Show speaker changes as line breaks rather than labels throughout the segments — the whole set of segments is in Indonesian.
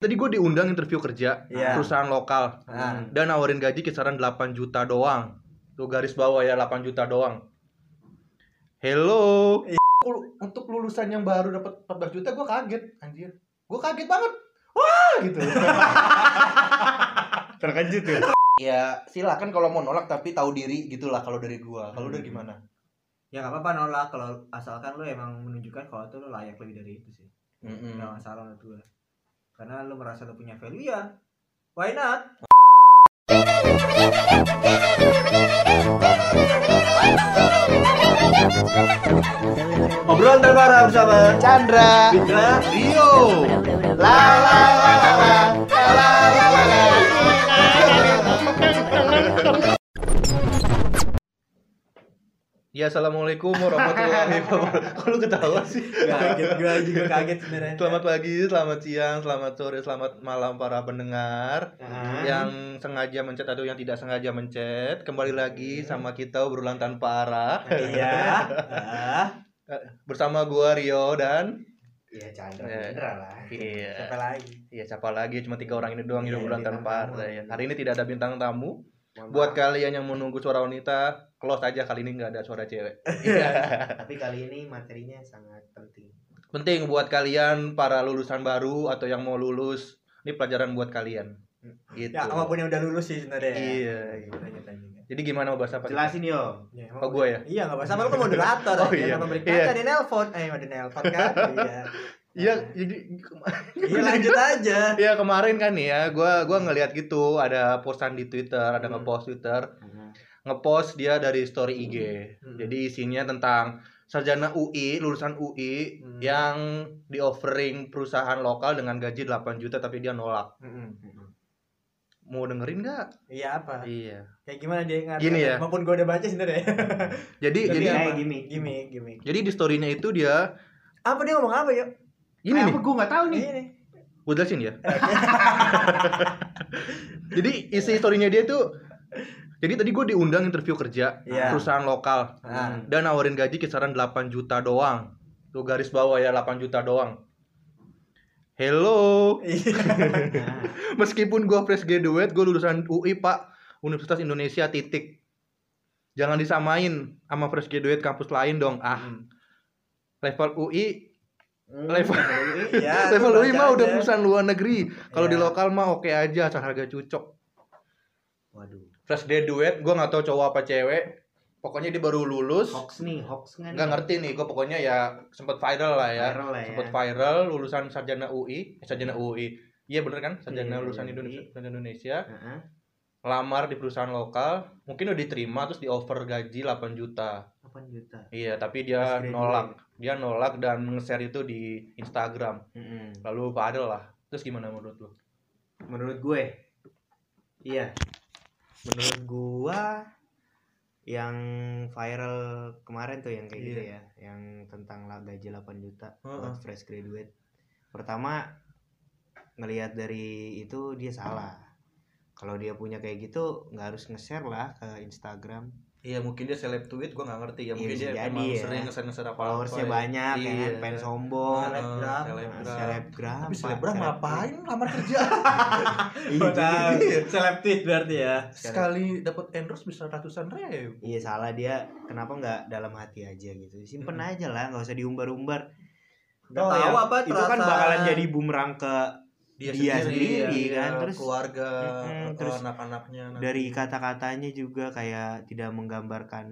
Tadi gue diundang interview kerja
Iya.
perusahaan lokal
Ah.
dan nawarin gaji kisaran 8 juta doang. Tuh garis bawah ya 8 juta doang. Hello. Ul- Iya. Untuk lulusan yang baru dapat 14 juta gue kaget anjir. Gue kaget banget. Wah gitu.
Terkejut ya.
ya silakan kalau mau nolak tapi tahu diri gitulah kalau dari gua. Kalau dari
Hmm.
gimana?
Ya nggak apa-apa nolak kalau asalkan lu emang menunjukkan kalau itu lu layak lebih dari itu sih.
Mm-mm.
Nggak masalah menurut gue. Karena lu merasa lu punya value ya. Why not? Obrolan terbaru bersama
Chandra
Chandra.
Rio. La la la la la la la la la. Ya assalamualaikum warahmatullahi wabarakatuh. Kalau ketawa sih.
Kaget gue juga kaget sebenarnya.
Selamat pagi, selamat siang, selamat sore, selamat malam para pendengar
Nah.
yang sengaja mencet atau yang tidak sengaja mencet. Kembali lagi sama kita berulang tanpa arah
Iya. Ah.
bersama gua Rio dan
Iya Chandra
Iya.
Chandra lah. Siapa
iya
lagi?
iya siapa lagi cuma tiga orang ini doang
Iya,
yang berulang
bintang
tanpa
tamu.
arah ya. Hari ini tidak ada bintang tamu.
Mohon
Buat
maaf,
kalian yang menunggu suara wanita, close aja kali ini nggak ada suara cewek. Iya.
tapi kali ini materinya sangat penting.
Penting buat kalian para lulusan baru atau yang mau lulus, ini pelajaran buat kalian. Gitu.
Ya, apapun ya. yang udah lulus sih sebenarnya.
Iya, iya.
Lanjut, lanjut.
Jadi gimana mau bahas apa? kita?
Jelasin yo.
Ya, emang
Oh gue ya?
Iya, enggak apa-apa. Lu kan moderator.
Oh,
ya,
iya.
Kenapa beri
Iya.
kata di nelpon? Eh, ada nelpon kan? Iya.
Iya, jadi
Iya, lanjut
gitu.
aja.
ya kemarin kan nih ya, gua gua ngelihat gitu ada postan di Twitter, ada
Hmm.
ngepost Twitter,
Mm-hmm.
ngepost dia dari story IG.
Hmm.
Jadi isinya tentang sarjana UI, lulusan UI
Hmm.
yang di offering perusahaan lokal dengan gaji 8 juta tapi dia nolak.
Mm-mm.
Mau dengerin nggak?
Iya, apa?
Iya.
Kayak gimana dia ngat?
Gini ya.
Maupun gua udah baca sebenarnya.
Jadi
Tapi
jadi
apa?
kayak gimmick.
Gimik, gimik.
jadi di story-nya itu dia
Apa dia ngomong apa, yuk?
ini
Eh,
nih,
apa gue nggak tahu nih.
Ini nih.
gue jelasin ya. jadi isi story-nya dia tuh jadi tadi gue diundang interview kerja
Iya.
perusahaan lokal.
Ah.
dan nawarin gaji kisaran 8 juta doang. Tuh garis bawah ya 8 juta doang. Hello.
Iya.
Meskipun gua fresh graduate, gua lulusan UI, Pak. Universitas Indonesia titik. Jangan disamain sama fresh graduate kampus lain dong. Ah, level UI, level
Ya,
Iya,
level
lu
UI
baca
mah udah
aja.
perusahaan luar negeri. Kalau di
Iya.
lokal mah oke aja, asal harga cocok.
Waduh.
Fresh graduate, gua nggak tahu cowok apa cewek. Pokoknya dia baru lulus.
Hoax nih, hoax nggak?
nggak ngerti nih gue pokoknya ya sempet viral lah ya
Viral lah ya.
sempet viral lulusan sarjana UI eh, sarjana UI iya bener kan sarjana
Iya,
lulusan
iya,
Indonesia
iya.
sarjana Indonesia
Heeh.
lamar di perusahaan lokal mungkin udah diterima terus di offer gaji 8 juta
8 juta.
iya tapi dia
Fresh graduate.
nolak dia nolak dan nge-share itu di Instagram
Mm-mm.
lalu viral lah terus gimana menurut lu
Menurut gue, iya. Menurut gua yang viral kemarin tuh yang kayak gitu
Iya.
ya, yang tentang la- gaji 8 juta buat fresh graduate. Pertama ngelihat dari itu dia salah. Kalau dia punya kayak gitu nggak harus nge-share lah ke Instagram.
iya mungkin dia seleb tweet gue nggak ngerti ya
Iya,
mungkin
bisa
dia
jadi
emang
ya.
sering nge-share nge-share apa
followersnya banyak ya kan pengen sombong
Nah, Selebgram.
Nah, selebgram
Iya. tapi
Pak.
selebgram
Seleb-
ngapain lamar kerja
Iya,
Tahu.
jadi-
Seleb tweet berarti ya.
sekali dapat endorse bisa ratusan ribu
iya salah dia kenapa nggak dalam hati aja gitu simpen
Mm-mm.
aja lah nggak usah diumbar-umbar
Nggak
Toh
tahu
ya,
apa
itu kan
terasa.
bakalan jadi bumerang ke
dia,
Dia
sendiri, iya,
sendiri, kan. Terus-
keluarga eh,
Mm-mm, terus
anak-anaknya nanti.
dari kata-katanya juga kayak tidak menggambarkan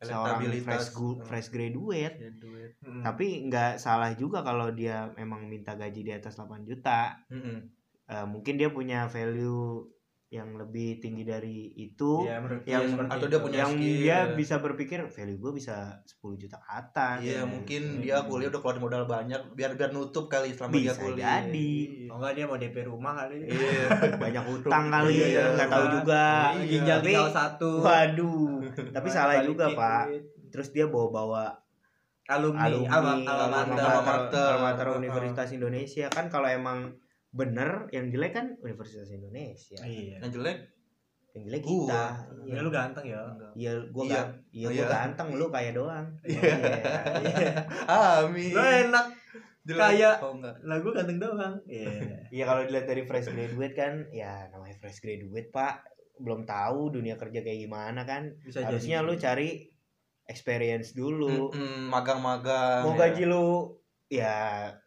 seorang
Elektabilitas,
fresh gu-
eh,
fresh graduate
ya, duit.
Mm.
tapi nggak salah juga kalau dia emang minta gaji di atas 8 juta
Mm-mm.
Eh, mungkin dia punya value yang lebih tinggi dari itu
Iya, menurut
yang-
dia seperti
atau dia
itu.
punya
yang
skill.
dia bisa berpikir value gue bisa 10 juta ke atas Hmm.
Iya, mungkin dia kuliah udah keluar modal banyak biar biar nutup kali selama dia
bisa
kuliah
jadi
Oh enggak dia mau DP rumah kali.
iya
banyak utang kali
Iya,
nggak tahu
kan.
juga
Iya.
Ginjal
Tapi-
tinggal satu.
waduh tapi
Balik-
salah
balikin
juga pak
duit.
terus dia bawa bawa
Alumni, alma,
alumni alma
alma mater.
alma
mater alma mater
Heeh.
Universitas Indonesia kan kalau emang bener yang jelek kan Universitas Indonesia
Iya.
yang jelek
yang jelek
Gua.
kita
Ya lu ganteng ya.
Iya, gua
Iya.
ga, iya, gua
Iya.
ganteng lu kayak doang.
Iya. amin
Lu enak. Kayak-
oh enggak
Lah gue ganteng doang. Iya.
Iya kalau dilihat dari fresh graduate kan, ya namanya fresh graduate pak, belum tahu dunia kerja kayak gimana kan.
Iya,
Bisa
Harusnya
jadi.
lu cari experience dulu.
Mm-mm, magang-magang
Mau
ya.
gaji lu ya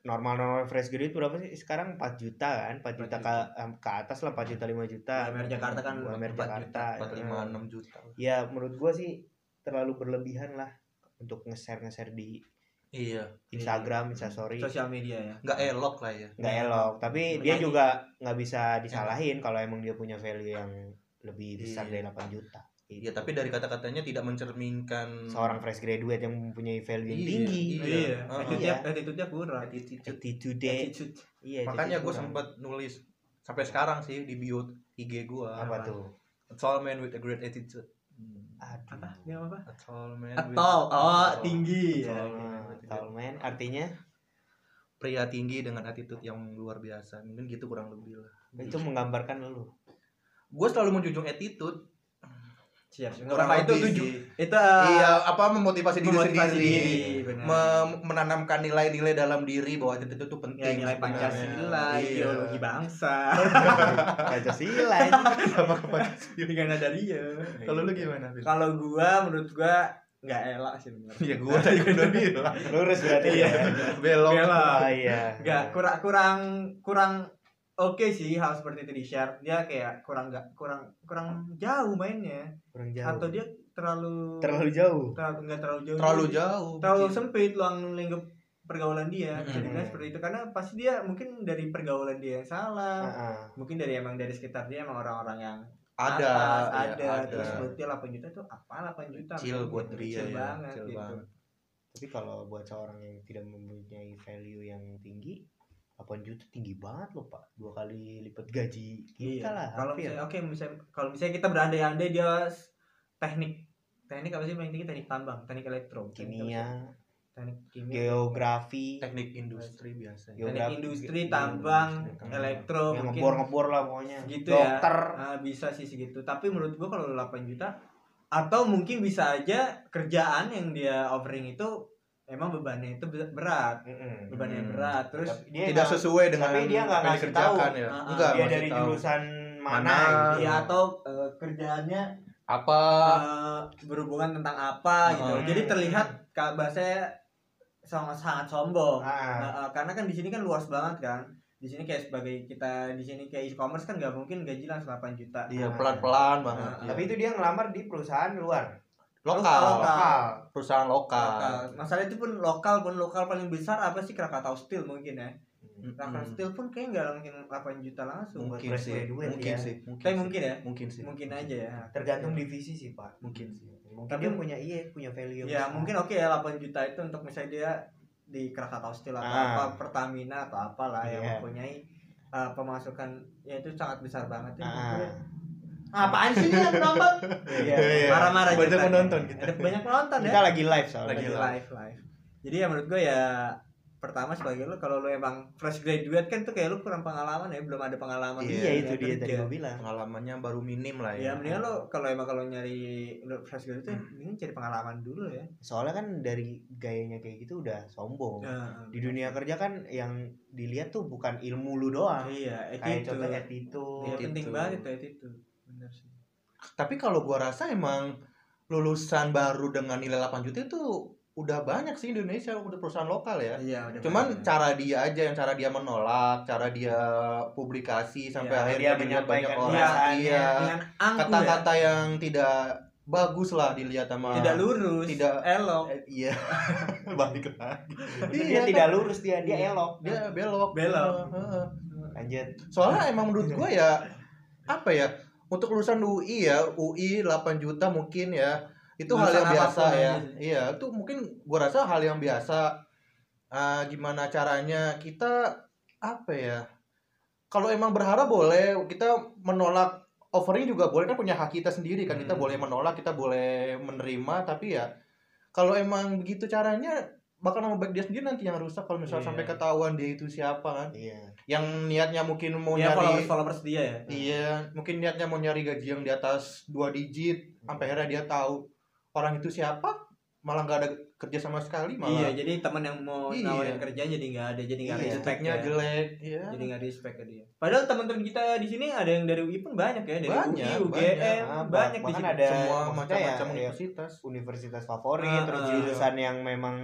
normal-normal fresh graduate berapa sih? Sekarang 4 juta kan, 4 juta,
4
ke, em, ke atas lah 4 juta 5 juta.
UMR Jakarta kan
UMR
4
Jakarta.
Iya,
gitu.
empat lima enam juta
Ya menurut gua sih terlalu berlebihan lah untuk nge-share nge-share di
iya
Instagram, Instastory.
sosial media ya.
nggak elok lah ya
nggak elok tapi dia
Menjadi-
juga nggak bisa disalahin kalau emang dia punya value yang lebih besar
Iya.
dari 8 juta gitu.
Iya, tapi dari kata-katanya tidak mencerminkan
seorang fresh graduate yang mempunyai value yang
Iya,
tinggi
Iya. Oh,
Attitude-nya attitude-nya kurang.
attitude
Attitude.
iya
makanya
Eh, jadi
gue
kurang.
sempat nulis sampai sekarang sih di bio IG gue
apa tuh
a tall man with a great attitude Hmm.
aduh
Apa? Ini apa?
a tall man with-
Atol. Oh,
Tall.
tinggi.
Tall
Ya.
man, Eh, tall man artinya
pria tinggi dengan attitude yang luar biasa mungkin gitu kurang lebih lah
itu menggambarkan lu
gue selalu menjunjung attitude
Siap.
Kurang
Kurang itu
lebih
tujuh.
sih.
Itu eh,
iya apa memotivasi diri
memotivasi
sendiri
diri. benar.
Mem- menanamkan nilai-nilai dalam diri bahwa attitude itu penting
Ya, nilai
sebenarnya.
Pancasila,
Iya.
ideologi bangsa.
Pancasila ini.
Kenapa ke Pancasila?
Dengan ada dia.
kalau lu gimana Bil?
ya. Kalau gua menurut gua nggak elak sih bener.
ya gue tadi udah bilang
lurus berarti
Iya.
ya
belok
Bella.
Ah, iya
Nggak kurang kurang kurang oke sih hal seperti itu di share. Dia kayak kurang nggak kurang kurang jauh mainnya
kurang jauh
atau dia terlalu
terlalu jauh
terlalu nggak terlalu jauh.
terlalu
juga.
jauh
Terlalu
mungkin.
sempit luang lingkup pergaulan dia.
Mm-mm.
Bisa dibilang seperti itu karena pasti dia mungkin dari pergaulan dia yang salah.
Ah, ah.
Mungkin dari emang dari sekitar dia emang orang-orang yang
ada
atas,
ya,
ada, terus buat dia 8 juta itu apa 8 juta?
kecil buat
Kecil
dia ya
banget
kecil
gitu.
banget
Tapi kalau buat seorang yang tidak mempunyai value yang tinggi, 8 juta tinggi banget loh pak, dua kali lipat gaji kita
Iya.
lah.
Kalau
hampir.
misalnya oke misalnya kalau misalnya kita berandai-andai dia s- teknik teknik apa sih yang paling tinggi teknik tambang, teknik elektro, teknik apa
kimia,
sih? teknik kimia,
geografi,
teknik industri biasanya
Yo.
teknik
geografi,
industri,
Iya,
geografi,
tambang,
tambang.
elektro,
yang
mungkin
ngebor ngebor lah pokoknya.
Gitu ya.
Dokter,
ah, bisa sih segitu. Tapi menurut gua kalau 8 juta atau mungkin bisa aja kerjaan yang dia offering itu emang bebannya itu be- berat,
Mm-mm.
Hmm.
bebannya berat. Terus
Tapi dia
Iya.
tidak
nggak-
sesuai dengan
tapi dia nggak
apa yang
ngasih
dikerjakan ya
Ah, ah.
enggak
dia
ngasih
dari
tahu.
jurusan mana?
Mana,
gitu.
ya
iya.
atau eh, kerjaannya
apa
eh, berhubungan tentang apa gitu.
Hmm.
Jadi terlihat ka- bahasanya sangat sangat sombong.
Ah,
Nah, eh, karena kan di sini kan luas banget kan. Di sini kayak sebagai kita di sini kayak e-commerce kan nggak mungkin gaji langsung 8 juta.
iya pelan-pelan banget
Ah,
iya.
Tapi itu dia ngelamar di perusahaan luar,
lokal
lokal.
perusahaan lokal
Lokal. Masalah itu pun lokal pun lokal paling besar apa sih Krakatau Steel mungkin ya.
Mm-mm.
Krakatau Steel pun kayak nggak mungkin 8 juta langsung.
Hmm. mungkin
fresh
sih
graduate
mungkin
ya.
sih
Tapi
sih.
mungkin ya.
mungkin sih
Mungkin aja ya.
Tergantung divisi sih pak.
mungkin sih
Mungkin
Tapi-
dia punya iya punya value. yang
Ya
besar.
mungkin oke ya 8 juta itu untuk misalnya dia di Krakatau Steel atau
Ah.
apa Pertamina atau apalah yang
Iya.
mempunyai uh, pemasukan ya itu sangat besar banget ya.
Ah.
Apaan sih nih yang nonton?
Iya.
Iya.
Marah-marah
banyak
ceritanya.
penonton kita
Ada banyak penonton ya.
Kita lagi live soalnya.
Lagi
Lagi
live.
live live. Jadi ya menurut gue ya pertama sebagai lu kalau lu emang fresh graduate kan tuh kayak lu kurang pengalaman ya belum ada pengalaman
Iya,
ya,
Iya itu dia tadi
kerja.
gue bilang.
pengalamannya baru minim lah ya
ya mendingan lo kalau emang kalau nyari lu fresh graduate tuh mendingan cari pengalaman dulu ya
Soalnya kan dari gayanya kayak gitu udah sombong.
Nah,
Di dunia kerja kan yang dilihat tuh bukan ilmu lu doang.
iya
Kayak
attitude.
contoh attitude.
Iya
Attitude.
penting banget itu attitude. Benar sih.
tapi kalau gua rasa emang lulusan baru dengan nilai 8 juta itu udah banyak sih Indonesia untuk perusahaan lokal ya
Iya, udah.
Cuman cara dia aja yang cara dia menolak, cara dia publikasi sampai
Ya,
akhirnya
dia
dilihat banyak
menyampaikan
orang.
perasaannya
Iya.
dengan angku
Kata-kata yang tidak bagus lah dilihat
ya.
sama
tidak lurus,
Tidak.
elok,
Eh, Iya. Balik lagi.
Dia
kan?
tidak lurus dia,
Iya.
dia elok.
dia belok.
belok.
Heeh.
Lanjut.
Iya.
Soalnya emang menurut gua ya apa ya? Untuk lulusan UI ya, UI 8 juta mungkin ya. Itu hal
Lulusan
yang biasa
apapun
ya.
aja sih.
Iya, itu mungkin gua rasa hal yang biasa. Ah, gimana caranya kita apa ya? Kalau emang berharap boleh, kita menolak offering juga boleh kan punya hak kita sendiri kan. Kita
Hmm.
boleh menolak, kita boleh menerima, tapi ya kalau emang begitu caranya bakal nama baik dia sendiri nanti yang rusak kalau misalnya
Iya.
sampai ketahuan dia itu siapa kan
Iya.
yang niatnya mungkin mau
Ya followers
nyari
followers dia ya.
iya mungkin niatnya mau nyari gaji yang di atas dua digit sampai akhirnya dia tahu orang itu siapa malah nggak ada kerja sama sekali malah.
Iya, jadi teman yang mau
Iya.
nawarin kerjaan jadi nggak ada, jadi nggak
Iya,
respect
tag-nya
ya.
jelek. Iya.
Jadi nggak respect ke dia. Padahal teman-teman kita di sini ada yang dari UI pun banyak ya, dari
Banyak,
UI, UGM,
banyak.
banyak,
Ah,
di
bahkan
sini.
ada-
Semua
maksudnya
macam-macam
ya,
universitas.
universitas favorit
Ah,
terus
ah.
jurusan yang memang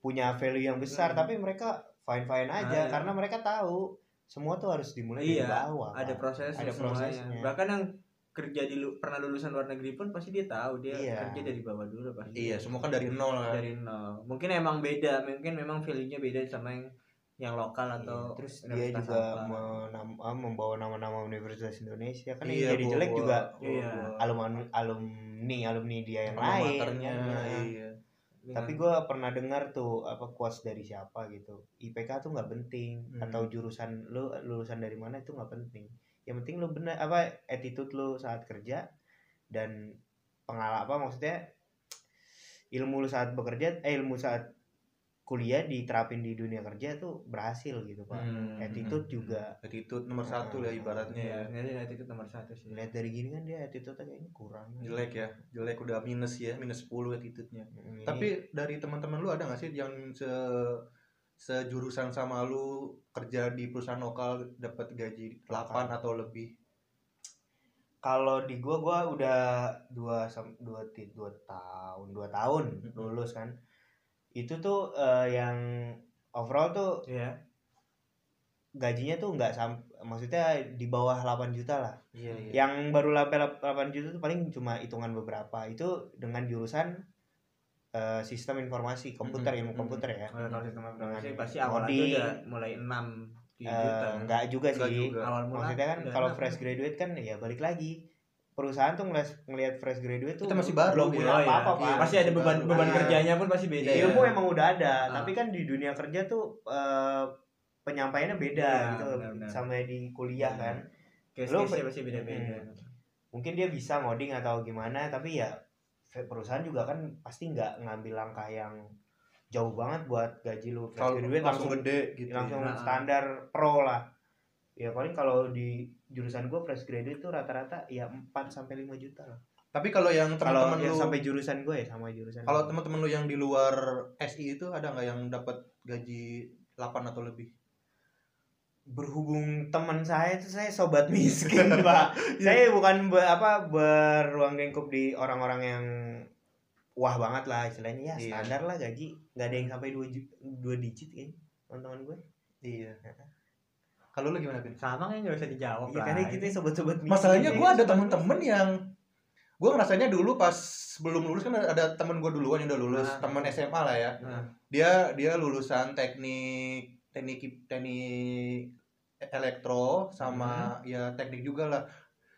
punya value yang besar
Hmm.
tapi mereka fine fine aja
Ah, iya.
karena mereka tahu semua tuh harus dimulai
Iya,
dari bawah
Ada
Pak.
proses
ada prosesnya.
Bahkan yang kerja di lu- pernah lulusan luar negeri pun pasti dia tahu dia
Iya.
kerja dari bawah dulu pasti.
Iya, semua kan dari nol kan.
Dari nol. Mungkin emang beda, mungkin memang value-nya beda sama yang yang lokal
Iya,
atau
terus dia
universitas
juga
apa.
menam- ah, membawa nama-nama universitas Indonesia kan
Iya,
yang jadi jelek
bawa-
juga
Iya.
bawa-
alumni alumni alumni dia yang
alma
lain
maternya,
Iya.
iya.
Dengan-
tapi gue pernah dengar tuh apa quotes dari siapa gitu IPK tuh nggak penting
Hmm.
atau jurusan lu lulusan dari mana itu nggak penting yang penting lu benar apa attitude lu saat kerja dan pengalaman apa maksudnya ilmu lu saat bekerja eh ilmu saat kuliah diterapin di dunia kerja tuh berhasil gitu pak
Hmm.
attitude juga
attitude gitu, nomor satu lah ibaratnya ya.
Iya, jadi itu nomor satu sih.
lihat dari gini kan dia attitude kayaknya kurang
jelek ya jelek udah minus ya minus 10 attitude-nya
Mm, ini-
tapi dari teman-teman lu ada nggak sih yang se sejurusan sama lu kerja di perusahaan lokal dapat gaji 8 atau lebih
kalau di gua gua udah dua sam- dua ti- dua tahun dua tahun
Mhm.
lulus kan itu tuh eh, yang overall tuh
Iya.
gajinya tuh nggak sam maksudnya di bawah 8 juta lah
iya
yang baru sampai 8 juta tuh paling cuma hitungan beberapa itu dengan jurusan eh, sistem informasi komputer
Mhm,
ilmu
mhm.
komputer ya
Kalau kalau sistem informasi
Dengan
pasti awal aja
coding.
udah mulai 6 7 juta.
Eh, nggak juga
Nggak
sih
juga.
Awal mula.
maksudnya kan
udah
kalau
6.
fresh graduate kan ya balik lagi perusahaan tuh ngeliat, ngeliat fresh graduate tuh
Kita masih baru,
belum
ya.
punya
Oh, iya.
apa-apa
Iya,
pak
Pasti ada beban
baru.
beban
Iya.
kerjanya pun pasti beda.
Iya.
ya.
ilmu emang udah ada
Ah.
tapi kan di dunia kerja tuh eh, penyampaiannya beda
Iya,
gitu
benar-benar.
sama di kuliah
Iya.
kan
Case-case-nya
Lu- iya.
pasti beda-beda.
mungkin dia bisa ngoding atau gimana tapi ya perusahaan juga kan pasti nggak ngambil langkah yang jauh banget buat gaji lu fresh
kalau
graduate
langsung
langsung
gede gitu
langsung
Nah.
standar pro lah ya paling kalau di jurusan gue fresh graduate tuh rata-rata ya 4 sampai 5 juta lah
tapi kalau yang
kalau
teman-teman
yang
lu
sampai jurusan gue ya sama jurusan
kalau
gua.
teman-teman lu yang di luar SI itu ada nggak yang dapat gaji 8 atau lebih
berhubung teman saya itu saya sobat miskin pak saya bukan be- apa beruang lingkup di orang-orang yang wah banget lah
Iya.
istilahnya ya standar lah gaji nggak ada yang sampai dua ju- dua digit kan teman-teman gue
iya kalau lu gimana Vin?
Sama kan nggak usah dijawab
ya,
lah.
karena kita sobat-sobat miskin
masalahnya
ya,
gitu
gue ada
kan.
sobat
temen-temen yang gue ngerasanya dulu pas sebelum lulus kan ada temen gue duluan yang udah lulus
Ah.
temen SMA lah ya
Ah.
dia dia lulusan teknik teknik teknik elektro
Hmm.
sama ya teknik juga lah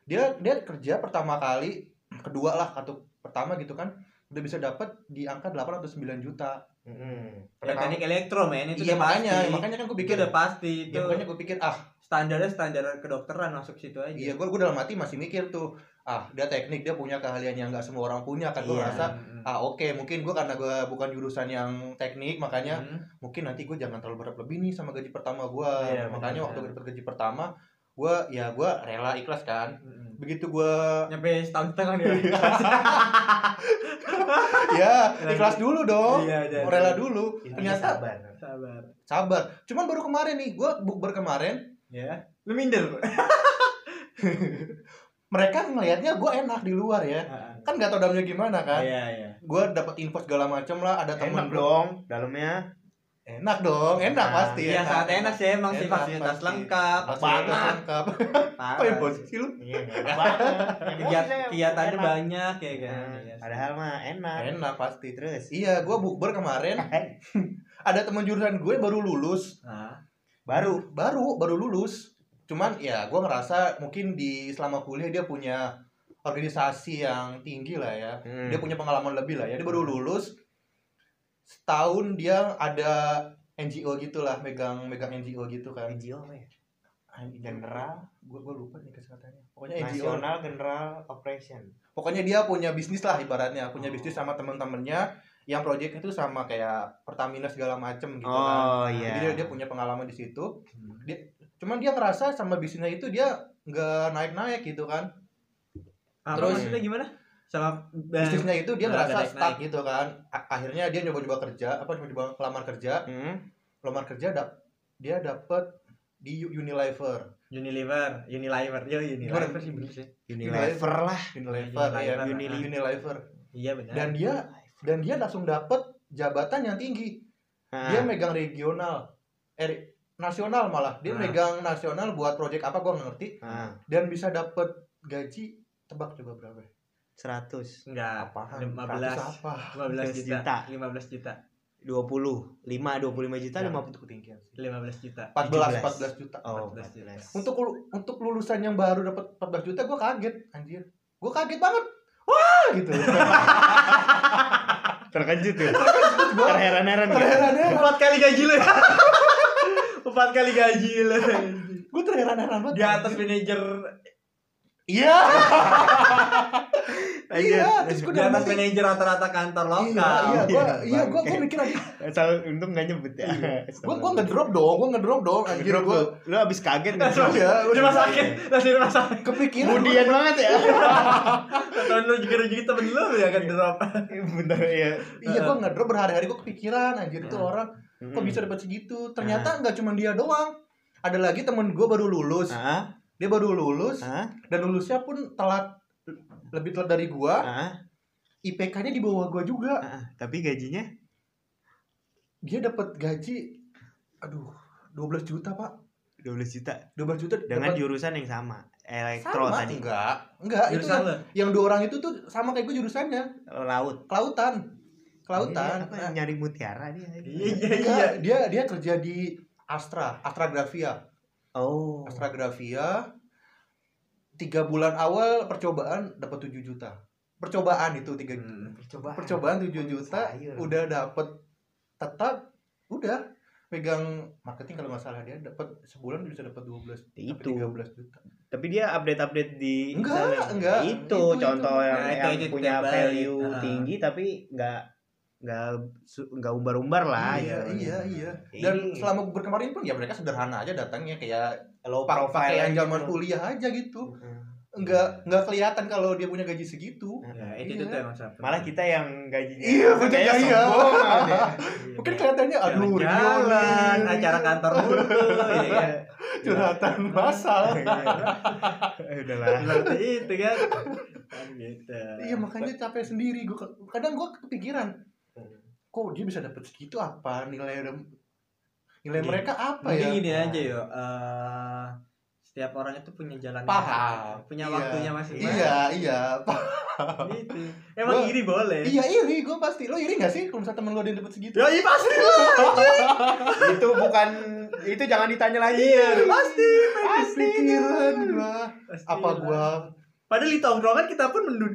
dia dia kerja pertama kali kedua lah atau pertama gitu kan udah bisa dapat di angka 8 atau 9 juta
miskin. Mm-mm.
Ya, teknik elektro men itu
iya
udah
makanya
pasti.
makanya kan gue
itu
pikir
gitu.
udah pasti itu.
Iya,
ya, makanya gue pikir ah
standarnya standar kedokteran masuk situ aja.
Iya, gue gue dalam hati masih mikir tuh, ah dia teknik dia punya keahlian yang nggak semua orang punya kan gue
Iya.
ngerasa
Hmm,
ah oke mungkin gue karena gue bukan jurusan yang teknik makanya
Hmm.
mungkin nanti gue jangan terlalu berharap lebih nih sama gaji pertama gue
Iya,
makanya
benar,
waktu
iya.
gue dapet gaji pertama gue ya gue rela ikhlas kan
Hmm.
begitu gue
Nyampe setahun setengah dia.
ya ikhlas dulu dong
Iya, iya, iya.
rela dulu
Intinya
ternyata
sabar
Sabar.
sabar cuman baru kemarin nih gue bukber kemarin
Ya. Lu minder.
mereka ngelihatnya gue enak di luar ya
Ah,
kan nggak tau dalamnya gimana
ah.
kan
Iya, iya.
gue dapat info segala macem lah ada
enak
teman gua-
dong dalamnya
enak dong enak
Nah,
pasti
Iya, sangat enak sih emang
kan?
sih
Enak,
fasilitas
pasti. ya,
lengkap.
Pasti
banget.
udah lengkap
Parah.
apa yang posisi lu
iya enak banget Emosi
Kegiat-
saya
Kegiatannya
enak.
banyak ya kan.
Nah,
Iya sih.
padahal mah enak
enak pasti
terus
iya gue bukber kemarin ada teman jurusan gue baru lulus
Nah,
baru
baru baru lulus cuman ya gue ngerasa mungkin di selama kuliah dia punya organisasi yang tinggi lah ya
Hmm.
dia
Mm.
punya pengalaman lebih lah ya dia baru lulus setahun dia ada NGO gitulah gitu megang megang NGO gitu kan
NGO apa ya?
general gue gue lupa nih kesempatannya pokoknya
Eh,
NGO
National General Operation
pokoknya dia punya bisnis lah ibaratnya punya
Oh.
bisnis sama temen-temennya yang proyeknya itu sama kayak Pertamina segala macem gitu kan
Oh iya.
jadi dia, dia punya pengalaman di situ cuman dia ngerasa sama bisnisnya itu dia nggak naik-naik gitu kan
apa
Terus-
maksudnya gimana? sama eh,
bisnisnya itu dia
Nah, ada
ngerasa
naik-naik.
stuck gitu kan A- akhirnya dia nyoba-nyoba kerja apa nyoba-nyoba ngelamar kerja
Hmm.
lamar kerja dap dia dapet di U- Unilever
Unilever, Unilever, yo
Gimana?
Unilever sih bener sih.
Unilever lah.
Unilever ya
Unilever.
Unilever
Iya benar.
dan dia dan dia langsung dapet jabatan yang tinggi dia
Ah,
megang regional eh nasional malah dia
Nah.
Ah.
megang nasional buat project apa gua nggak ngerti
ah,
dan bisa dapet gaji tebak coba berapa ya?
100
enggak
apa
15
apa
15
juta.
juta, 15 juta,
20 5 25 juta
Jangan
50
itu ketinggian sih.
15 juta.
14 14
17.
juta
oh
14 juta.
14.
untuk lu- untuk lulusan yang baru dapat 14 juta gue kaget anjir gue kaget banget wah gitu
terkejut ya
gue
terheran-heran gitu.
terheran-heran
Empat kali gaji lu. ya. Empat kali gaji lu.
gue terheran-heran banget
Ya.
Di atas manajer,
iya
Lanjut.
Iya, terus gua
di atas
nanti-
manajer rata-rata kantor
iya
lokal.
iya gue iya gue
Bangke.
mikir anjir
Asal untung gak nyebut ya.
gue gue ngedrop dong gue ngedrop dong anjir
Ngedrop
gue
lu. Lu abis kaget nggak?
Langsung-
Iya,
Di rumah
udah.
sakit, langsung di rumah sakit.
kepikiran
Kemudian banget ya.
Tahun lu juga juga temen lu ya kan drop.
Bentar ya.
iya gue ngedrop berhari-hari gue kepikiran anjir itu
Iya.
orang
Hmm.
kok bisa dapat segitu
Ah.
ternyata nggak cuma dia doang ada lagi temen gue baru lulus
Heeh.
dia baru lulus
Heeh.
dan lulusnya pun telat lebih telat dari gue
Heeh.
IPK-nya di bawah gue juga
ah, Tapi gajinya
dia dapat gaji aduh 12 juta pak
12 juta
12 juta
dengan
dapat-
jurusan yang sama. Elektro
sama
tadi.
enggak enggak itu
Jurusan
yang,
lu. Iya,
yang dua orang itu tuh sama kayak gue jurusannya
Laut.
kelautan kelautan
Iya, Apa, nyari mutiara dia.
Iya iya iya.
Enggak, dia dia kerja di Astra Astra Grafia
Oh.
Astra Grafia tiga bulan awal percobaan dapat 7 juta percobaan itu tiga
Hmm.
Percobaan.
percobaan 7 juta
Sayur.
udah dapet tetap udah pegang marketing kalau nggak salah dia dapat sebulan bisa dapat 12 sampai
Itu.
13 juta
Tapi dia update-update di
Enggak,
Instagram.
enggak.
Itu,
Itu,
contoh
itu.
yang,
Nah, itu-
yang
itu
punya
tiap balik.
value
Ah.
tinggi tapi enggak enggak su- enggak umbar-umbar
iya,
lah gitu.
iya, iya.
Ini
Dan selama gue kemarin pun ya mereka sederhana aja datangnya kayak
low
pak-
profile
pakaian
gitu.
zaman kuliah aja gitu.
Heeh.
Enggak enggak kelihatan kalau dia punya gaji segitu.
Ya, itu itu tuh emang
Nah,
satu.
eh, Malah kita yang gajinya.
Iya, bener,
Kayak
iya.
sombong banget ya.
Iya.
Mungkin kelihatannya aduh
jalan
Rioni,
acara kantor mulu
Oh, iya,
ya kan
curhatan masal.
Udahlah.
seperti itu kan Kan gitu
iya, makanya capek sendiri gue kadang gue kepikiran kok dia bisa dapet segitu apa nilai udah nilai
Gini.
mereka apa
mungkin
ya?
gini aja yo eh, setiap orang itu punya jalan
Paham.
punya
Iya.
waktunya masing-masing
Iya, iya. Pa-
gitu emang
Gua-
iri boleh
Iya, iri gue pasti. Lo iri gak sih kalau misalnya temen lo ada yang dapet segitu?
ya iya pasti lah
itu bukan itu jangan ditanya lagi.
pasti
Pasti pikiran gua. Iya.
Pasti
Apa
lah.
gua
padahal di tongkrongan kita pun menduduk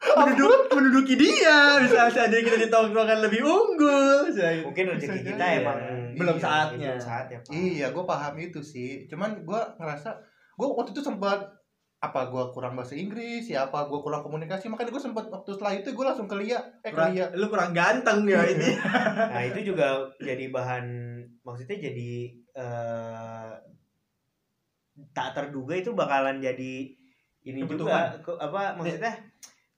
menduduk menduduki dia bisa saja kita di tongkrongan lebih unggul bisa gitu.
Mungkin rezeki
Bisa
kita
jadi.
emang
Belum
iya,
saatnya.
Belum saatnya. Pak.
Iya, gua paham itu sih. Cuman gua ngerasa gua waktu itu sempat apa gua kurang bahasa Inggris ya apa gua kurang komunikasi makanya gua sempat waktu setelah itu gua langsung ke Lia eh ke
kurang,
Lia
lu kurang ganteng ya ini
Nah, itu juga jadi bahan maksudnya jadi eh tak terduga itu bakalan jadi ini juga ke- apa maksudnya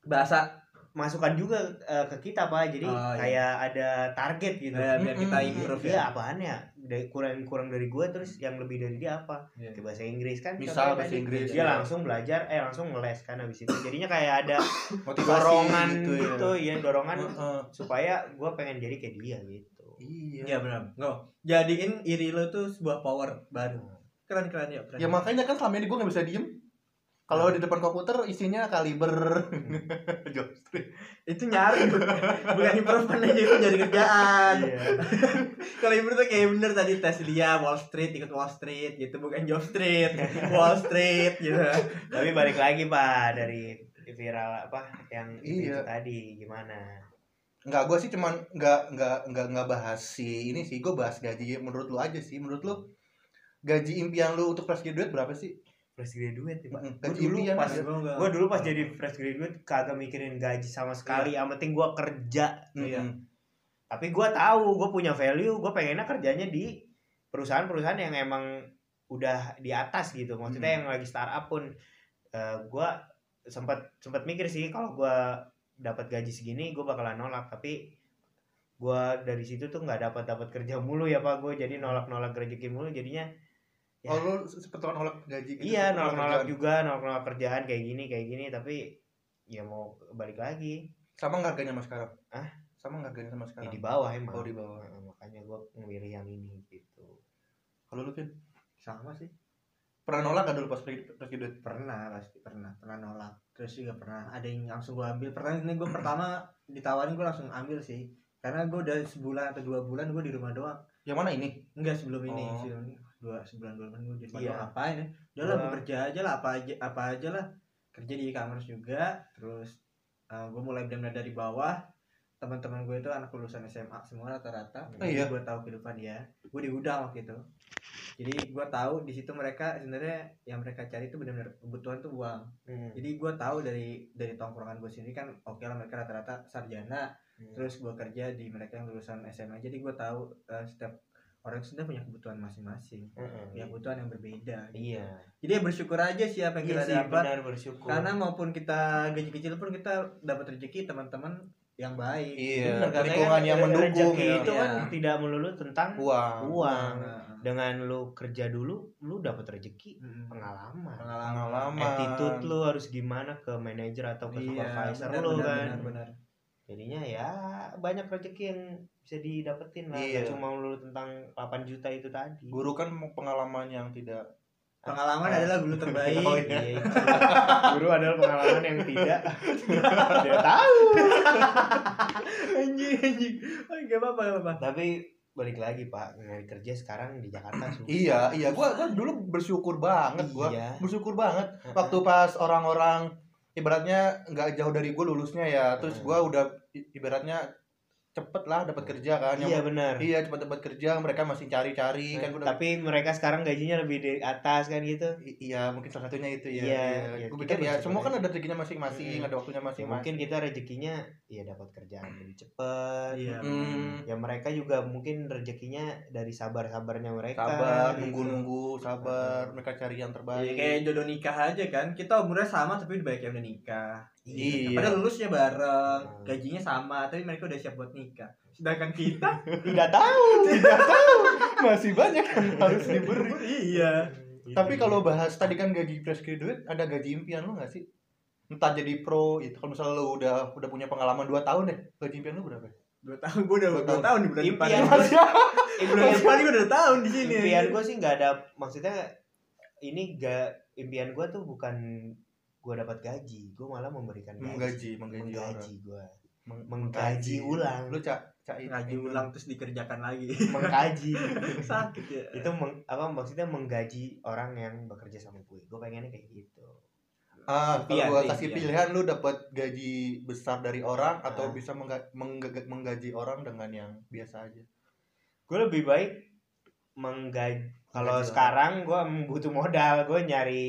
bahasa
masukan juga eh, ke kita Pak. Jadi
Ah,
Oh, iya.
kayak ada target gitu.
Iya,
Nah, biar kita
Mm-mm.
improve
Dia
ya.
apaan ya? Dari- kurang kurang dari gua terus yang lebih dari dia apa?
Iya.
Ke bahasa Inggris kan.
misal
contohnya
bahasa
tadi.
Inggris gitu. iya.
Dia langsung belajar eh langsung ngeles kan habis itu. Jadinya kayak ada
motivasi
dorongan gitu,
gitu ya.
ya, dorongan
Heeh.
supaya gua pengen jadi kayak dia gitu.
Iya.
Iya benar. No. Jadiin iri lu tuh sebuah power baru. Keren-keren ya. Keren.
Ya makanya kan selama ini gua nggak bisa diem. Kalau di depan komputer isinya kaliber job street.
itu nyari bukan improvement aja itu jadi kerjaan.
Iya.
Kalau ibu tuh kayak bener tadi tes dia Wall Street ikut Wall Street gitu bukan Job Street, Wall Street gitu.
Tapi balik lagi Pak dari viral apa yang itu,
Iya.
itu tadi gimana?
Enggak, gua sih cuman nggak nggak nggak nggak bahas si ini sih. Gua bahas gaji menurut lu aja sih. Menurut lu gaji impian lu untuk fresh graduate berapa sih?
Fresh graduate nih, Pak.
Gaji
Gua dulu
impian
pas
aja.
Iya, gua dulu pas jadi fresh graduate kagak mikirin gaji sama sekali, yang penting gua kerja.
Iya.
Mm-mm.
Tapi gua tahu gua punya value, gua pengennya kerjanya di perusahaan-perusahaan yang
Hmm.
emang udah di atas gitu. Maksudnya yang lagi startup pun eh, gua sempat sempat mikir sih kalau gua dapat gaji segini gue bakalan nolak tapi gua dari situ tuh nggak dapat dapat kerja mulu ya pak gue jadi nolak nolak rezeki mulu jadinya Ya.
Oh lu seperti orang nolak gaji gitu,
iya
seperti
nolak
orang
nolak
kerjaan.
juga nolak nolak kerjaan kayak gini kayak gini tapi ya mau balik lagi
Sama nggak harganya sama sekarang?
Hah?
Sama nggak harganya sama
Ya,
sekarang?
di bawah emang
Oh, di bawah.
Nah, makanya gue memilih yang ini gitu
Kalau lu Vin,
sama sih
pernah nolak gak dulu pas pergi pergi duit?
pernah pasti pernah pernah nolak terus juga pernah ada yang langsung gue ambil pertama ini gue pertama ditawarin gue langsung ambil sih karena gue udah sebulan atau dua bulan gue di rumah doang
Yang mana ini?
enggak sebelum ini
Oh.
sebelum ini. dua sebulan dua bulan gue di rumah
Iya.
doang ngapain ya udah lah
Gua-
gue kerja aja lah apa aja apa aja lah kerja di e-commerce juga terus gue mulai benar dari bawah teman-teman gue itu anak lulusan SMA semua rata-rata
Oh, iya.
gue tahu kehidupan ya gue diundang waktu itu jadi gue tahu di situ mereka sebenarnya yang mereka cari itu benar-benar kebutuhan tuh uang
Hmm.
jadi gue tahu dari dari tongkrongan gue sendiri kan oke lah mereka rata-rata sarjana
Hmm.
terus gue kerja di mereka yang lulusan SMA jadi gue tahu eh, setiap orang sudah punya kebutuhan masing-masing
Mm-mm.
punya kebutuhan yang berbeda
iya
jadi ya bersyukur aja sih apa yang
iya
kita
sih
dapat
benar bersyukur
karena maupun kita gaji kecil pun kita dapat rezeki teman-teman yang baik
Iya,
Benar, katanya
lingkungan
kan
yang
re-
mendukung
rezeki
ya.
itu kan
Iya.
tidak melulu tentang
Uang.
uang
Nah,
dengan lu kerja dulu lu dapat rezeki
mm,
pengalaman
pengalaman Iya,
Pengalaman.
attitude lu harus gimana ke manajer atau ke supervisor
benar,
lu kan
benar, benar, benar.
jadinya ya banyak rezeki yang bisa didapetin lah
Iya.
Nggak cuma melulu tentang 8 juta itu tadi
Guru kan mau pengalaman yang tidak
pengalaman
Ah.
adalah guru terbaik
Oh, iya, iya. guru adalah pengalaman yang tidak dia tahu
anjing anjing oh, gak apa-apa gak apa-apa
tapi balik lagi pak nyari kerja sekarang di Jakarta susah
Iya, iya. Gua, gua dulu bersyukur banget gua.
Iya.
Bersyukur banget
Heeh.
waktu pas orang-orang ibaratnya nggak jauh dari gua lulusnya ya. Terus
Heeh.
gua udah i- ibaratnya cepet lah dapat kerja kan.
iya
Yang-
benar
Iya, cepet dapat kerja, mereka masih cari-cari kan gua udah-
tapi mereka sekarang gajinya lebih di atas kan gitu
I- iya, mungkin salah satunya itu ya.
Iya, iya.
Gua
Kita
pikir ya
bersyukur
semua
aja.
kan ada rezekinya masing-masing,
Mm-mm.
ada waktunya
Ya,
masing-masing.
mungkin kita rezekinya ya dapat kerjaan lebih cepat
iya
Hmm.
ya mereka juga mungkin rezekinya dari sabar-sabarnya mereka
sabar
gitu. Iya.
nunggu-nunggu sabar
Heeh.
mereka cari yang terbaik
Iya, kayak jodoh nikah aja kan. Kita umurnya sama tapi udah banyak yang udah nikah.
Iya.
Padahal lulusnya bareng,
Hmm.
gajinya sama, tapi mereka udah siap buat nikah. Sedangkan kita
tidak tahu
tidak tahu masih banyak yang harus diberi
iya.
tapi kalau bahas tadi kan gaji fresh graduate ada gaji impian lu nggak sih entah jadi pro itu kalau misalnya lu udah udah punya pengalaman 2 tahun deh gaji impian lu berapa
Dua tahun gue udah
Dua
dua
tahun.
tahun di bulan depan.
Impian.
Bulan depan gue udah tahun di
ya.
sini.
impian gue sih nggak ada maksudnya ini gak impian gue tuh bukan gue dapat gaji gue malah memberikan gaji
menggaji menggaji orang
menggaji gue
Meng-
menggaji ulang.
lu cak cak
Ngaji ulang terus dikerjakan lagi.
mengkaji
Sakit ya.
itu meng- apa maksudnya menggaji orang yang bekerja sama gue gue pengennya kayak gitu
ah
Iya,
Impian,
kalau gua
itu
kasih
impian.
pilihan lu dapat gaji besar dari orang atau
Ah.
bisa mengga- mengga- menggaji orang dengan yang biasa aja
gue lebih baik menggaji kalau
Menggaji
sekarang gue butuh modal gue nyari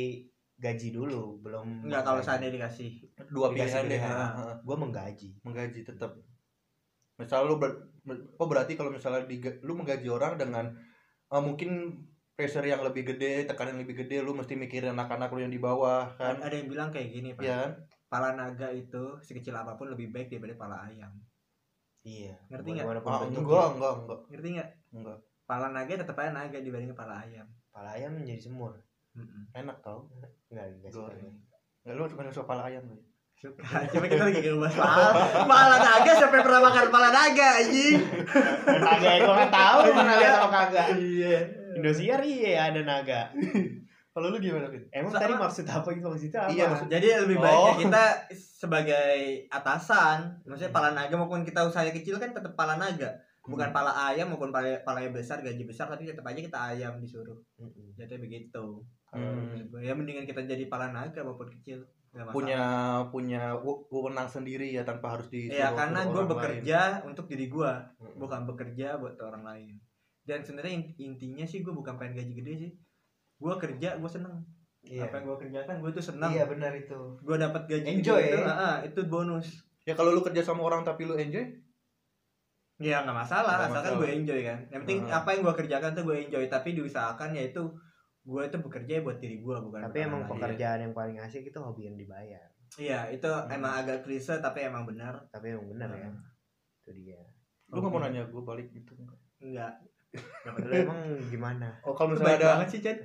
gaji dulu belum
Enggak kalau seandainya dikasih.
dua
Dikasih
pilihan deh Ah,
pilihan.
Heeh.
gue menggaji
menggaji tetap misal lu ber- oh berarti kalau misalnya di, lu menggaji orang dengan eh, mungkin pressure yang lebih gede tekanan yang lebih gede lu mesti mikirin anak-anak lu yang di bawah kan
Ada yang bilang kayak gini, Pak.
ya kan
Pala naga itu sekecil apapun lebih baik daripada pala ayam.
iya Mau
Ngerti nggak?
gimana pun
Ah,
bentuknya.
enggak enggak enggak
Ngerti nggak?
enggak
Pala naga tetap aja naga dibandingin pala ayam.
kepala ayam menjadi semur
Mm-mm.
enak tau
enggak enggak suka
Goreng.
gue.
enggak lu cuma suka kepala ayam lu
Suka. Cuma kita lagi ngebahas pala. Pala naga siapa yang pernah makan pala naga, anjing?
naga ya gue nggak tahu pernah lihat apa kagak
Iya.
Indosiar iya ada naga
kalau lu gimana Vin?
emang
Sama.
tadi maksud apa maksudnya apa
Iya, maksud-
Jadi lebih
Oh.
baiknya kita sebagai atasan, maksudnya pala naga maupun kita usaha kecil kan tetap pala naga, bukan
Hmm.
pala ayam maupun pala, pala ayam besar gaji besar tapi tetap aja kita ayam disuruh.
Mm-mm.
Jadi begitu.
Kalau
Hmm.
Maksud gue, Ya mendingan kita jadi pala naga maupun kecil. Nggak masalah.
punya punya wu- wewenang sendiri ya tanpa harus disuruh
Ya
suruh
karena gue
orang lain.
bekerja untuk diri gue,
Mm-mm.
bukan bekerja buat orang lain. Dan sebenarnya int- intinya sih gue bukan pengen gaji gede sih. Gue kerja gue seneng.
iya
Apa yang gue kerjakan gue tuh seneng.
iya benar itu
Gue dapat gaji
Enjoy, ya?
gede, ah, ah, itu bonus.
ya kalau lu kerja sama orang tapi lu enjoy
Ya nggak masalah,
Nggak
asalkan
masalah.
gue enjoy kan. Yang penting
Heeh.
apa yang gue kerjakan tuh gue enjoy, tapi diusahakan yaitu gue itu bekerja buat diri gue bukan.
tapi emang
pekerja
pekerjaan yang paling asik itu hobi yang dibayar
Iya, itu
Hmm.
emang agak klise tapi emang benar.
tapi emang benar ya
Hmm.
itu dia
Lu nggak mau nanya gue balik gitu?
Enggak. Nah,
lu emang gimana
Oh kalau
Baik
misalnya ada
banget sih, Chan.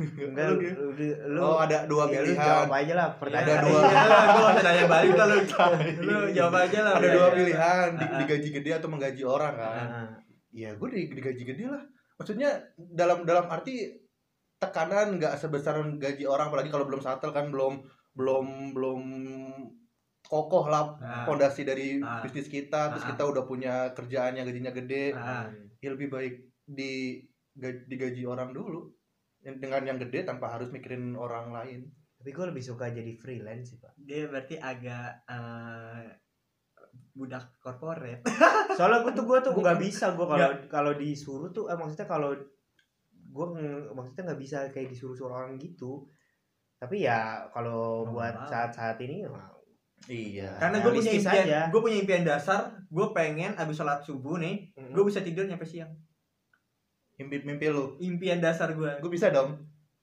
enggak
Lu
lu,
gimana?
lu, di- lu,
Oh ada dua
ya, lu
pilihan.
jawab aja lah
Ada
pertanyaan
dua. Iya.
Iya, gua nggak usah nanya balik lah lu. Lu jawab aja lah.
ada
Iya,
udah.
dua pilihan di-
Ah, ah.
digaji gede atau menggaji orang kan
Ah,
ya gue di, digaji gede lah maksudnya dalam dalam arti tekanan nggak sebesar gaji orang apalagi kalau belum settle kan belum belum belum kokoh lah
Ah.
fondasi dari
Ah.
bisnis kita terus
Ah.
kita udah punya kerjaan yang gajinya gede
Ah.
ya lebih baik di ga- digaji orang dulu Yang- dengan yang gede tanpa harus mikirin orang lain
tapi gue lebih suka jadi freelance sih pak
Dia berarti agak eh, budak korporat.
Nah,
soalnya gue tuh gue tuh nggak bisa gue kalau
Nggak.
kalau disuruh tuh eh, maksudnya kalau gue maksudnya nggak bisa kayak disuruh suruh orang gitu tapi ya kalau
Mau
buat
nggak mau.
saat-saat ini ya,
iya
Karena gue punya
Realistis
impian,
aja.
gue punya impian dasar, gue pengen abis sholat subuh nih, gue bisa tidur nyampe siang.
mimpi mimpi lu
Impian dasar gue,
gue bisa dong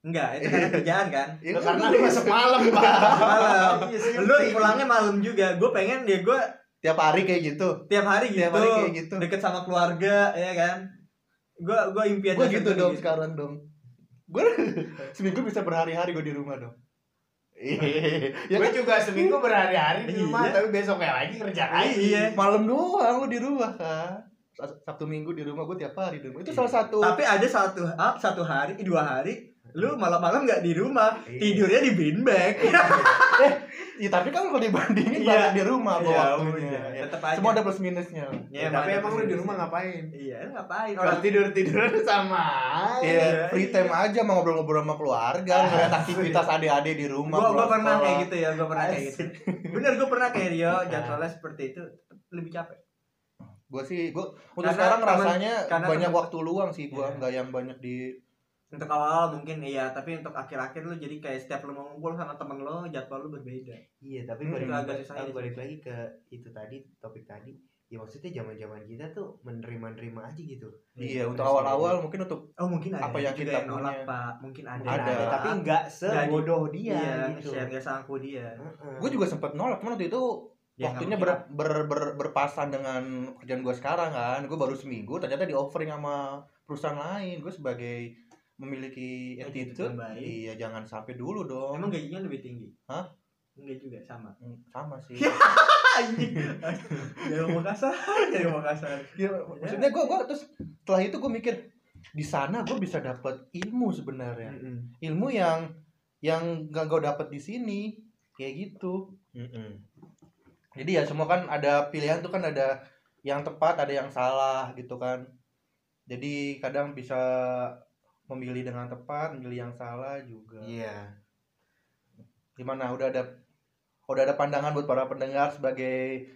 enggak, itu karena kerjaan kan.
Ya,
Nah, karena lu masuk malam pak
Malam,
Iya, sih.
lu pulangnya malam juga, gue pengen dia gue
tiap hari kayak gitu
tiap hari gitu,
tiap hari kayak gitu
deket sama keluarga, ya kan. Gue gue impian
gue
dasar
gitu
gua
dong sekarang dong gue seminggu bisa berhari-hari gue di rumah dong ya
gue
kan?
juga seminggu berhari-hari di rumah
Iya.
tapi besoknya lagi kerja lagi
Iya.
malam doang lu di rumah kan Sa- sabtu minggu di rumah gue tiap hari di rumah itu salah satu
Iya. Tapi ada satu ah, satu hari, eh, dua hari, lu malam-malam nggak di rumah,
Iya.
tidurnya di
Iya,
beanbag.
ya, tapi kan kalau dibandingin
Iya.
banyak di rumah bawa
Iya,
waktunya
udah.
ya.
Tetep aja.
semua ada plus minusnya
tapi
Iya,
Ya, emang
emang
ada
lu di
sih.
rumah ngapain
Iya, ngapain?
kalau
Orang
tidur tiduran sama
Iya,
Iya, Ah.
free time aja mau ngobrol-ngobrol sama keluarga, ngeliat aktivitas adik-adik di rumah.
gua gua
pulang
pernah
sekolah.
kayak gitu ya gua pernah kayak gitu bener gua pernah kayak Rio jadwalnya seperti itu lebih capek
Gua sih, gua untuk
Karena
sekarang
temen-
rasanya
karena
banyak
temen-
waktu luang sih gua,
Iya.
nggak yang banyak di
untuk awal mungkin iya tapi untuk akhir-akhir lu jadi kayak setiap lu mau ngumpul sama temen lu jadwal lu berbeda
Iya, tapi
Hmm,
balik,
itu agak
balik-
susah aja
balik lagi ke itu tadi topik tadi. Ya maksudnya zaman-zaman kita tuh menerima-nerima aja gitu.
Iya, untuk
Terus
awal-awal mungkin untuk
oh mungkin ada
Apa yang
juga
kita
yang nolak
punya.
pak mungkin ada
Ada,
Ada.
tapi nggak sebodoh dia
iya
gitu.
share gak sangku dia
gue juga sempat nolak cuman waktu itu
Ya,
waktunya
nggak
ber, ber- ber- berpasan dengan kerjaan gue sekarang kan gue baru seminggu ternyata di offering sama perusahaan lain gue sebagai memiliki
Attitude
attitude
yang baik.
iya jangan sampai dulu dong
emang gajinya lebih tinggi
Hah?
enggak juga sama
Hmm, sama sih
Iya. anjing ya mau kasar ya mau kasar
Ya, maksudnya gue gua terus setelah itu gue mikir di sana gue bisa dapat ilmu sebenarnya
Hmm.
ilmu yang yang gak gue dapat di sini kayak gitu jadi ya semua kan ada pilihan tuh kan ada yang tepat ada yang salah gitu kan jadi kadang bisa memilih dengan tepat memilih yang salah juga
Iya.
gimana udah ada udah ada pandangan buat para pendengar sebagai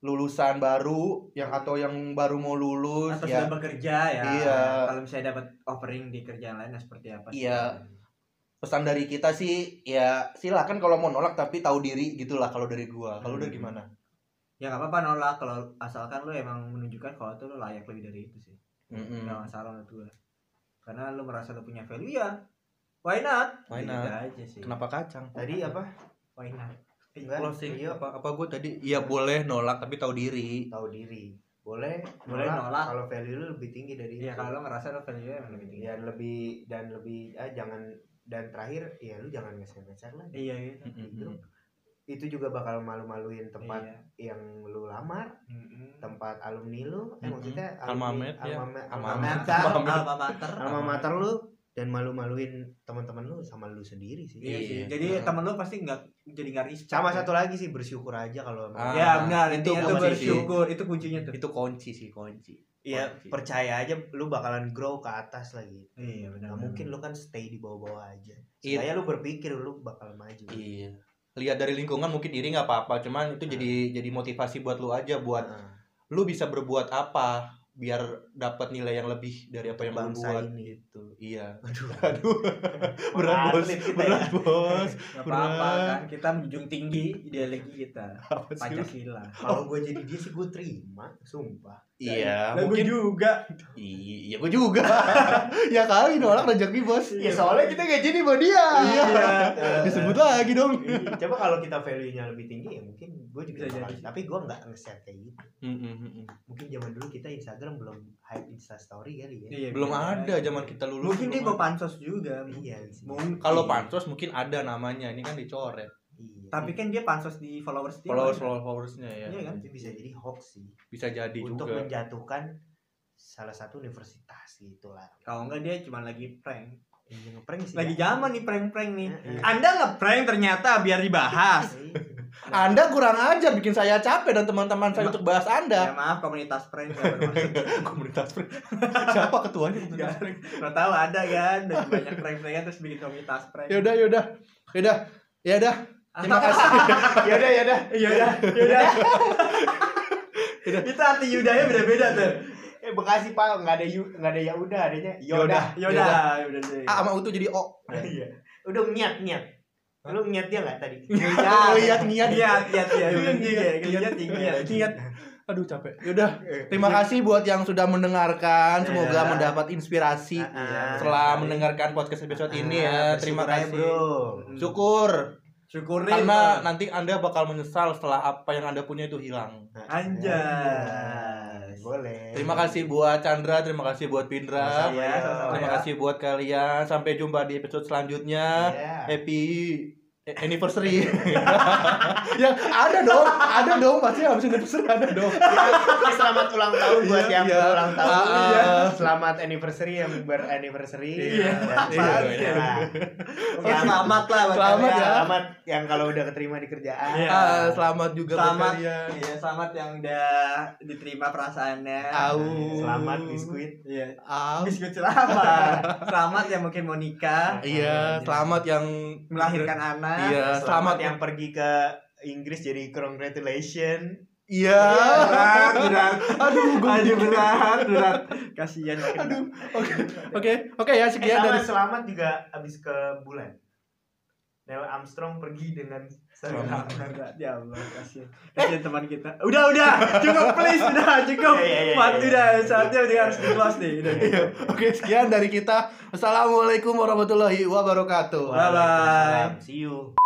lulusan baru yang atau yang baru mau lulus
atau
ya
sudah bekerja ya
Iya.
kalau misalnya dapat offering di kerjaan lain nah seperti apa sih?
Iya. pesan dari kita sih ya silakan kalau mau nolak tapi tahu diri gitulah kalau dari gua kalau udah
Hmm.
gimana
ya nggak apa-apa nolak kalau asalkan lu emang menunjukkan kalau itu lu layak lebih dari itu sih
Mm-mm.
nggak masalah menurut gue karena lu merasa lu punya value ya why not
Why
Gitu
not?
aja sih
kenapa kacang
Tadi apa?
why not
Enggak.
closing
Iya.
apa apa gue tadi ya boleh nolak tapi tahu diri
Tahu diri. Boleh.
Boleh
nolak
nolak.
Kalau value lu lebih tinggi dari
Iya
itu.
kalau lu merasa lu value emang lebih tinggi
Iya.
Ya, lebih dan lebih ah jangan dan terakhir ya lu jangan ngeser-ngeser lah.
iya gitu
Itu,
Mm-hmm.
itu juga bakal malu-maluin tempat
iya.
yang lu lamar,
Mm-mm.
tempat alumni lu, eh
Mm-mm.
maksudnya
Mm-hmm. Alma
alumni-
mater, ya.
alma ma-
Alma
alma
mater.
mater.
Alma
alma mater
sama mater lu dan malu-maluin teman-teman lu sama lu sendiri sih.
iya sih
Iya.
jadi
Nah.
temen lu pasti nggak jadi nggak respect
Sama satu lagi sih bersyukur aja kalau emang-
Ah,
ya benar
itu
intinya tuh
kunci sih.
bersyukur itu kuncinya
Gitu.
tuh
itu kunci sih kunci
ya
kunci.
percaya aja lu bakalan grow ke atas lagi.
iya
Gak
benar
mungkin lu kan stay di bawah-bawah aja.
Mm-hmm. Iya.
Saya lu berpikir lu bakal maju.
iya Hmm. lihat dari lingkungan mungkin diri nggak apa-apa cuman itu jadi jadi motivasi buat lu aja buat
Nah,
lu bisa berbuat apa biar dapat nilai yang lebih dari apa yang lu
bangsa
buat
ini.
gitu iya
Aduh.
aduh berat bos
Atlet kita
berat
ya.
bos
Gak apa-apa
Berat.
kan kita menjunjung tinggi ideologi kita
apa sih lu?
Pancasila
Kalau gue jadi dia sih gue terima, sumpah.
Iya,
Lah, gua
mungkin
juga.
iya gua juga. ya kali nolak rezeki, Bos.
Ya soalnya kita gak jadi buat dia.
Iya.
Kan
Disebut lagi dong.
Eh, iya. Coba kalau kita value-nya lebih tinggi ya mungkin gue juga
Bisa
bakal-
jadi.
Tapi gue nggak nge-share kayak gitu.
Hmm,
Mungkin zaman dulu kita Instagram belum hype Insta story kali ya.
Iya,
Belum
bisa
ada
aja.
zaman kita lulus.
Mungkin dia
belum
mau
ada.
pansos juga.
Iya,
Mungkin.
kalau pansos mungkin ada namanya, ini kan dicoret.
Iya.
Tapi kan dia pansos di followers dia.
Followers followersnya ya.
Iya kan? Iya
itu bisa jadi hoax sih.
Bisa jadi
untuk
juga.
menjatuhkan salah satu universitas gitulah.
Kalau enggak dia cuma lagi prank.
Yang ngeprank sih. ya. Iya.
Lagi zaman nih prank-prank nih.
Heeh.
Anda ngeprank ternyata biar dibahas.
Anda kurang ajar bikin saya capek dan teman-teman saya
Ma-
untuk bahas Anda.
Ya maaf komunitas prank nggak bermaksud.
Iya, Komunitas prank. Siapa ketuanya komunitas
Nggak.
prank?
Lo tahu ada kan dan banyak prank-prankan terus bikin komunitas prank. Ah,
Yaudah, yaudah. Yaudah. Yaudah. Ya, Terima kasih.
Yaudah yaudah.
Iya udah, iya udah. Itu arti yudanya beda-beda tuh.
Eh Bekasi Pak nggak ada yu nggak ada ya udah adanya
Yaudah.
yaudah.
Iya udah, iya udah.
A Ah, sama U tuh jadi O.
Iya. Udah niat niat. Lu niat dia nggak tadi?
Lihat niat.
Iya, iya, iya.
Ngeliat,
Iya, iya, iya.
Lihat niat. Aduh capek. Yaudah. Terima kasih buat yang sudah mendengarkan. Semoga
Iya.
mendapat inspirasi
Ah,
setelah mendengarkan podcast episode ini ya. Terima kasih.
Bro.
Syukur Iya.
Syukurin.
karena
Bang.
nanti Anda bakal menyesal setelah apa yang Anda punya itu hilang.
Anjas.
Boleh.
Terima kasih buat Chandra, terima kasih buat Pindra.
Sama-sama.
Terima
Ya.
kasih buat kalian. Sampai jumpa di episode
Iya.
selanjutnya.
Ya.
Happy eh, anniversary. ya, ada dong, ada dong pasti habis anniversary ada dong.
Ya, selamat ulang tahun buat
Iya,
yang
iya.
ulang tahun.
Ah, iya.
Selamat anniversary yang beranniversary.
Iya.
Dan
Iya,
selamat
iya.
lah.
Ya, selamat lah buat
Selamat
kalian.
ya.
Selamat yang kalau udah keterima di kerjaan.
Iya.
Ah, selamat juga
Selamat.
buat kalian.
Iya, selamat yang udah diterima perasaannya.
Au.
Selamat biskuit.
Iya.
Au.
Biskuit selamat. Selamat yang mungkin mau nikah,
Iya, selamat yang
melahirkan anak.
Iya, selamat.
Selamat, yang pergi ke Inggris jadi congratulation.
Iya.
Iya, berat, berat.
Aduh, gue
Aduh berat, berat. Kasihan makin
Aduh. Oke, oke, oke ya
Eh,
sekian
sama
dari
selamat juga abis ke bulan. Neil Armstrong pergi dengan
Selamat.
selamat. Eh.
berat. Ya Allah, kasihan. Kasihan teman kita. Udah, udah. Cukup please, udah cukup.
Iya, iya, iya,
Mat,
iya.
udah saatnya udah harus di close nih. Udah.
Iya, Oke, sekian dari kita. Assalamualaikum warahmatullahi wabarakatuh.
Bye-bye.
See you.